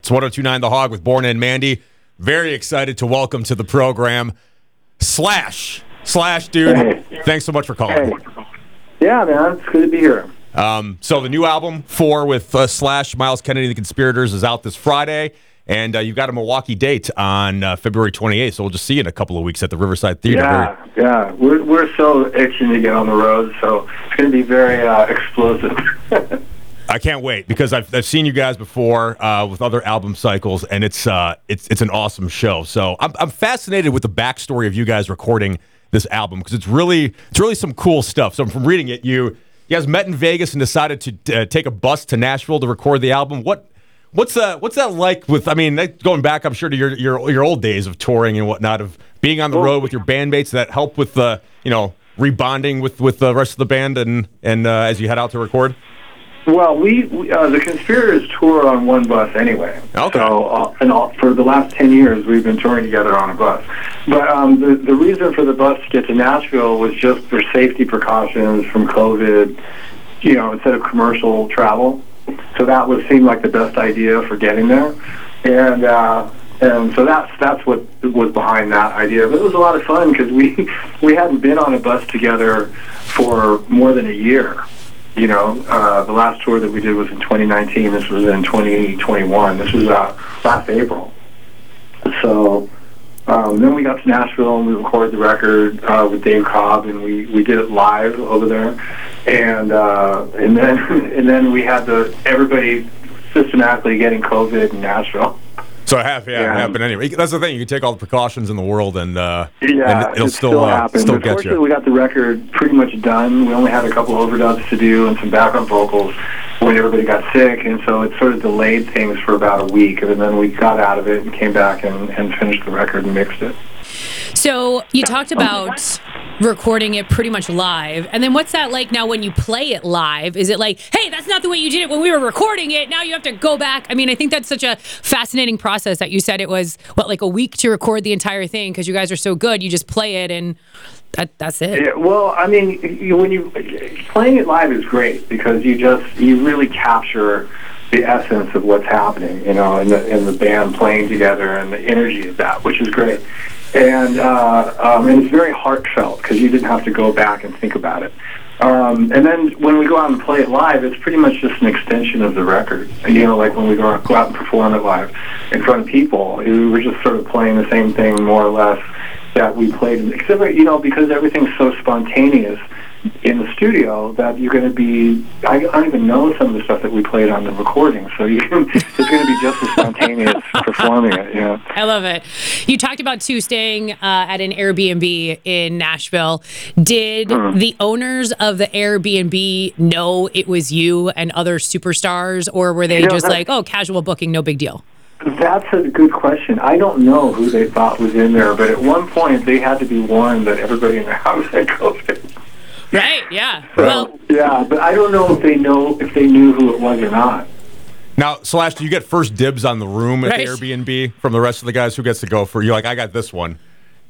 It's 1029 The Hog with Born and Mandy. Very excited to welcome to the program Slash. Slash, dude. Hey. Thanks so much for Hey. calling. Yeah, man, it's good to be here. Um, so, the new album, Four, with uh, Slash, Miles Kennedy, and The Conspirators, is out this Friday. And uh, you've got a Milwaukee date on uh, February 28th. So, we'll just see you in a couple of weeks at the Riverside Theater. Very- Yeah, yeah, we're we're so itching to get on the road, so it's going to be very uh, explosive. I can't wait because I've, I've seen you guys before uh, with other album cycles, and it's uh, it's it's an awesome show. So I'm, I'm fascinated with the backstory of you guys recording this album because it's really it's really some cool stuff. So from reading it, you you guys met in Vegas and decided to uh, take a bus to Nashville to record the album. What what's that what's that like? With I mean, that, going back, I'm sure to your your your old days of touring and whatnot, of being on the road with your bandmates that help with uh, you know rebonding with with the rest of the band and and uh, as you head out to record. well, we, we uh, the conspirators tour on one bus anyway. Okay. So, uh, and all, for the last ten years, we've been touring together on a bus. But um, the the reason for the bus to get to Nashville was just for safety precautions from COVID. You know, instead of commercial travel, so that would seem like the best idea for getting there. And uh, and so that's that's what was behind that idea. But it was a lot of fun because we we hadn't been on a bus together for more than a year. You know, uh, the last tour that we did was in 2019. This was in 2021. This was uh, last April. So um, then we got to Nashville and we recorded the record uh, with Dave Cobb and we, we did it live over there. And uh, and then and then we had the everybody systematically getting COVID in Nashville. So I have, yeah, it Yeah. happened anyway. That's the thing. You can take all the precautions in the world, and uh, Yeah, and it'll it still still uh, happened. still But get fortunately, you. we got the record pretty much done. We only had a couple overdubs to do and some background vocals when everybody got sick, and so it sort of delayed things for about a week. And then we got out of it and came back and, and finished the record and mixed it. So you talked about recording it pretty much live. And then what's that like now when you play it live? Is it like, hey, that's not the way you did it when we were recording it. Now you have to go back. I mean, I think that's such a fascinating process that you said it was, what, like a week to record the entire thing because you guys are so good. You just play it and that, that's it. Yeah, well, I mean, you, when you playing it live is great because you just you really capture the essence of what's happening, you know, and the, and the band playing together and the energy of that, which is great. And uh, um, and it's very heartfelt because you didn't have to go back and think about it. Um, and then when we go out and play it live, it's pretty much just an extension of the record. You know, like when we go out, go out and perform it live in front of people, we were just sort of playing the same thing more or less that we played. Except for, you know, because everything's so spontaneous in the studio that you're going to be. I, I don't even know some of the stuff that we played on the recording, so you can, it's going to be just as spontaneous performing it. You know. I love it. You talked about too staying uh, at an Airbnb in Nashville. Did Mm-hmm. the owners of the Airbnb know it was you and other superstars, or were they You know, just that- like, "Oh, casual booking, no big deal"? That's a good question. I don't know who they thought was in there, but at one point they had to be warned that everybody in the house had COVID. Right? Yeah. Well, yeah, but I don't know if they know if they knew who it was or not. Now, Slash, do you get first dibs on the room at Right. the Airbnb from the rest of the guys? Who gets to go for? You're like, I got this one.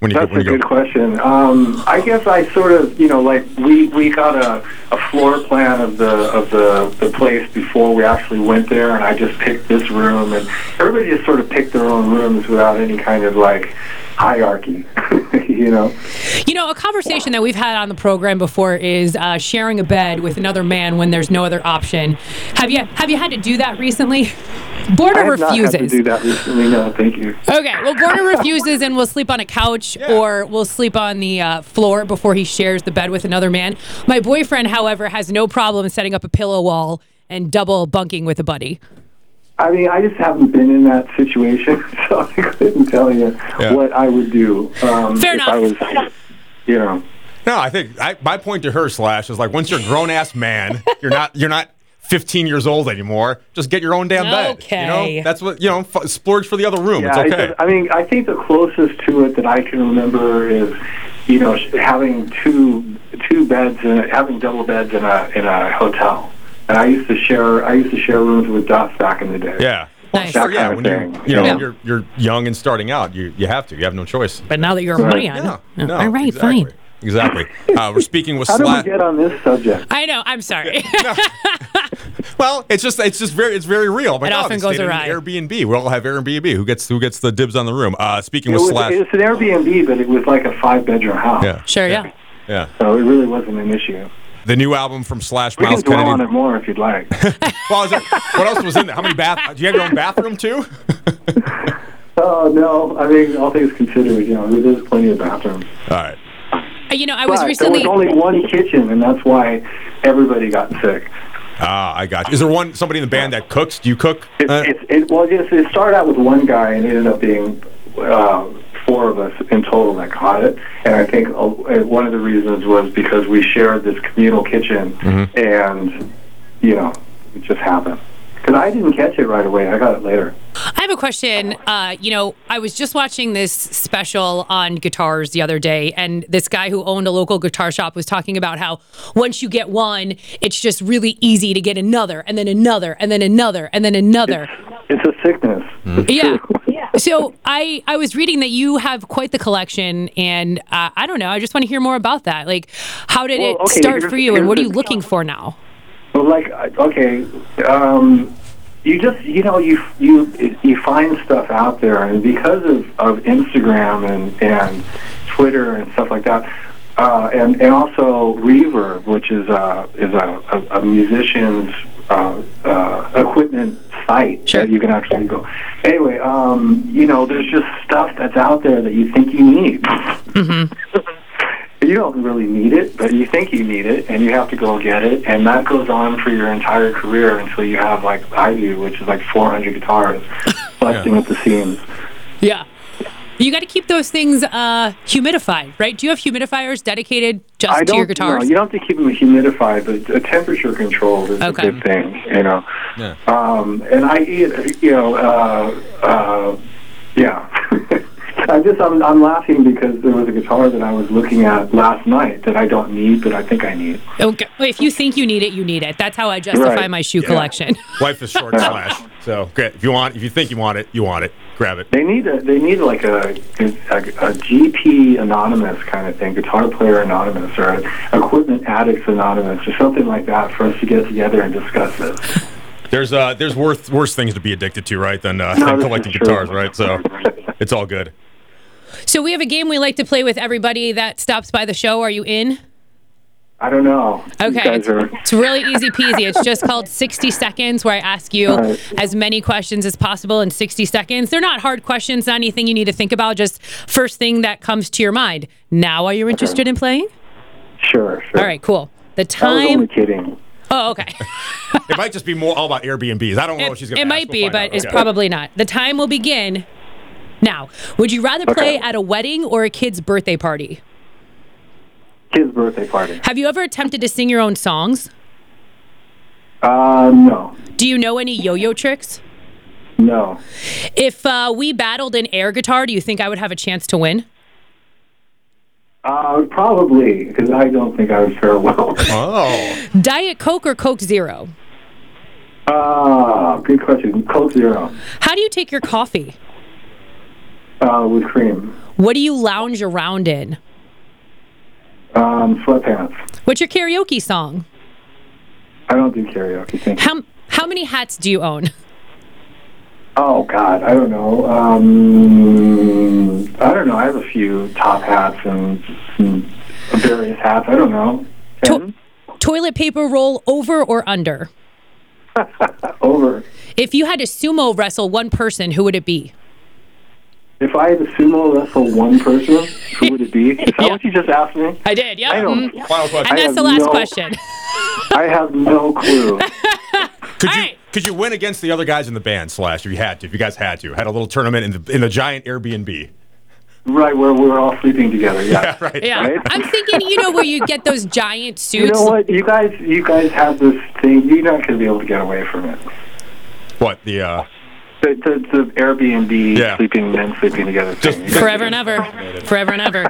When you That's go, when a you good go. question. Um, I guess I sort of, you know, like we, we got a, a floor plan of the of the, the place before we actually went there, and I just picked this room, and everybody just sort of picked their own rooms without any kind of like hierarchy, you know. you know, a conversation that we've had on the program before is uh, sharing a bed with another man when there's no other option. Have you have you had to do that recently? Border I have not had refuses. to do that recently. No, thank you. Okay, well, Border refuses and will sleep on a couch or will sleep on the uh, floor before he shares the bed with another man. My boyfriend, however, has no problem setting up a pillow wall and double bunking with a buddy. I mean, I just haven't been in that situation, so I couldn't tell you Yeah. what I would do um, Fair if enough. I was, you know. No, I think I, my point to her, Slash, is like once you're a grown ass man, you're not you're not 15 years old anymore. Just get your own damn bed. You Okay. know, that's what you know. F- splurge for the other room. Yeah, it's it okay. does- I mean, I think the closest to it that I can remember is, you know, sh- having two two beds and having double beds in a in a hotel. And I used to share I used to share rooms with Duff back in the day. yeah. Nice. Sure, That yeah. kind When of you thing. you know Yeah. you're you're young and starting out, you you have to. You have no choice. But now that you're a Right. man, Yeah. no. No, all right, exactly. fine. Exactly. Uh, we're speaking with How did we Slash. get on this subject? I know. I'm sorry. Well, it's just it's just very it's very real. My It God, often they goes stayed in an awry. Airbnb. We all have Airbnb. Who gets who gets the dibs on the room? Uh, speaking It with was, Slash. it's an Airbnb, but it was like a five bedroom house. yeah. Sure, yeah. Yeah. So it really wasn't an issue. The new album from Slash We Miles can dwell on Kennedy. it more if you'd like. Well, is it- what else was in there? How many bath? Do you have your own bathroom too? oh no, I mean all things considered, you know, there's plenty of bathrooms. All right. Uh, You know, I was But recently. there was only one kitchen, and that's why everybody got sick. Ah, I got you. Is there one somebody in the band that cooks? Do you cook? It, Uh, it, it, well, yes, it started out with one guy and it ended up being uh, four of us in total that caught it. And I think uh, one of the reasons was because we shared this communal kitchen and, you know, it just happened. Because I didn't catch it right away. I got it later. I have a question. Uh, you know, I was just watching this special on guitars the other day, and this guy who owned a local guitar shop was talking about how once you get one, it's just really easy to get another, and then another, and then another, and then another. It's a sickness. It's Yeah. true. So I I was reading that you have quite the collection, and uh, I don't know. I just want to hear more about that. Like, how did it Well, okay, start here's- for you, and here's what are the- you looking for now? Well, like I- okay, um, you just you know you you you find stuff out there, and because of, of Instagram and and Twitter and stuff like that, uh, and and also Reverb, which is a is a, a, a musician's uh, uh, equipment site Sure. that you can actually go. Anyway, um, you know, there's just stuff that's out there that you think you need. You don't really need it, but you think you need it, and you have to go get it, and that goes on for your entire career until you have like I do, which is like 400 guitars busting at the seams. Yeah. You got to keep those things uh, humidified, right? Do you have humidifiers dedicated just I to don't, your guitars? No, you don't have to keep them humidified, but a temperature control is Okay. a good thing, you know. Um, and I, you know, uh, uh, yeah. I just I'm, I'm laughing because there was a guitar that I was looking at last night that I don't need, but I think I need. Okay. Well, If you think you need it, you need it. That's how I justify Right. my shoe collection. Life is short. slash. So okay, if you want, if you think you want it, you want it. Grab it. They need a they need like a, a a GP anonymous kind of thing, guitar player anonymous, or equipment addicts anonymous, or something like that, for us to get together and discuss this. There's uh there's worse worse things to be addicted to, right? Than, uh, this than is collecting true. guitars, right? So it's all good. So we have a game we like to play with everybody that stops by the show. Are you in? I don't know. You Okay. guys It's, are, it's really easy peasy. It's just called 60 seconds where I ask you right. as many questions as possible in 60 seconds. They're not hard questions, not anything you need to think about, just first thing that comes to your mind. Now are you interested in playing? sure, sure. All right, cool. The I was only time kidding. Oh, okay. It might just be more all about Airbnbs. I don't know what Oh, she's gonna. it ask. might We'll be, find but out. it's Okay. probably not. The time will begin now. Would you rather play at a wedding or a kid's birthday party? Kid's birthday party. Have you ever attempted to sing your own songs? Uh, no, Do you know any yo-yo tricks? no. If uh, we battled an air guitar, do you think I would have a chance to win? Uh, probably because I don't think I would fare well. Oh, Diet Coke or Coke Zero? Ah, good question. Coke Zero How do you take your coffee? uh, with cream, What do you lounge around in? um, sweatpants. What's your karaoke song? I don't do karaoke. Thank you. How how many hats do you own? Oh God, I don't know. Um, I don't know. I have a few top hats and some various hats. I don't know. Ten? Toilet paper roll over or under? Over. If you had to sumo wrestle one person, who would it be? If I had to sumo wrestle one person, who would it be? Is that Yeah. what you just asked me? I did, yeah. I don't. final question. And I that's have the last no- question. I have no clue. Could you right. could you win against the other guys in the band? Slash, if you had to, if you guys had to, had a little tournament in the in the giant Airbnb. right where we're all sleeping together. Yeah. Right. Yeah. Right? I'm thinking, you know, where you get those giant suits. You know what? You guys, you guys have this thing. You're not going to be able to get away from it. What the uh, The, the, the Airbnb Yeah. sleeping men sleeping together thing. Just- You guys- Forever and ever. Forever and ever. Uh,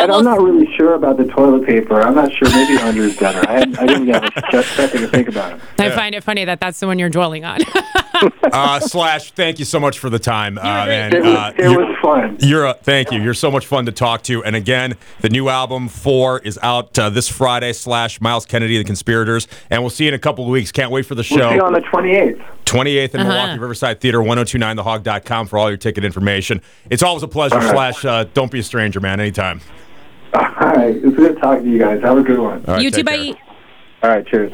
And well, I'm not really sure about the toilet paper. I'm not sure. Maybe Andrew's better. I, hadn't- I didn't have a second to think about it. I find it funny that that's the one you're dwelling on. uh, slash, thank you so much for the time. Uh, man, It was, uh, it you're- was fun. You're a, thank you. You're so much fun to talk to. And again, the new album Four is out uh, this Friday. Slash Miles Kennedy, The Conspirators, and we'll see you in a couple of weeks. Can't wait for the We'll see you show. on the 28th. 28th in Uh-huh. Milwaukee Riverside Theater, 1029thehog.com for all your ticket information. It's always a pleasure. right. Slash, uh, don't be a stranger, man. Anytime. All right. It was good talking to you guys. Have a good one. All right, you too, take care. bye. All right. Cheers.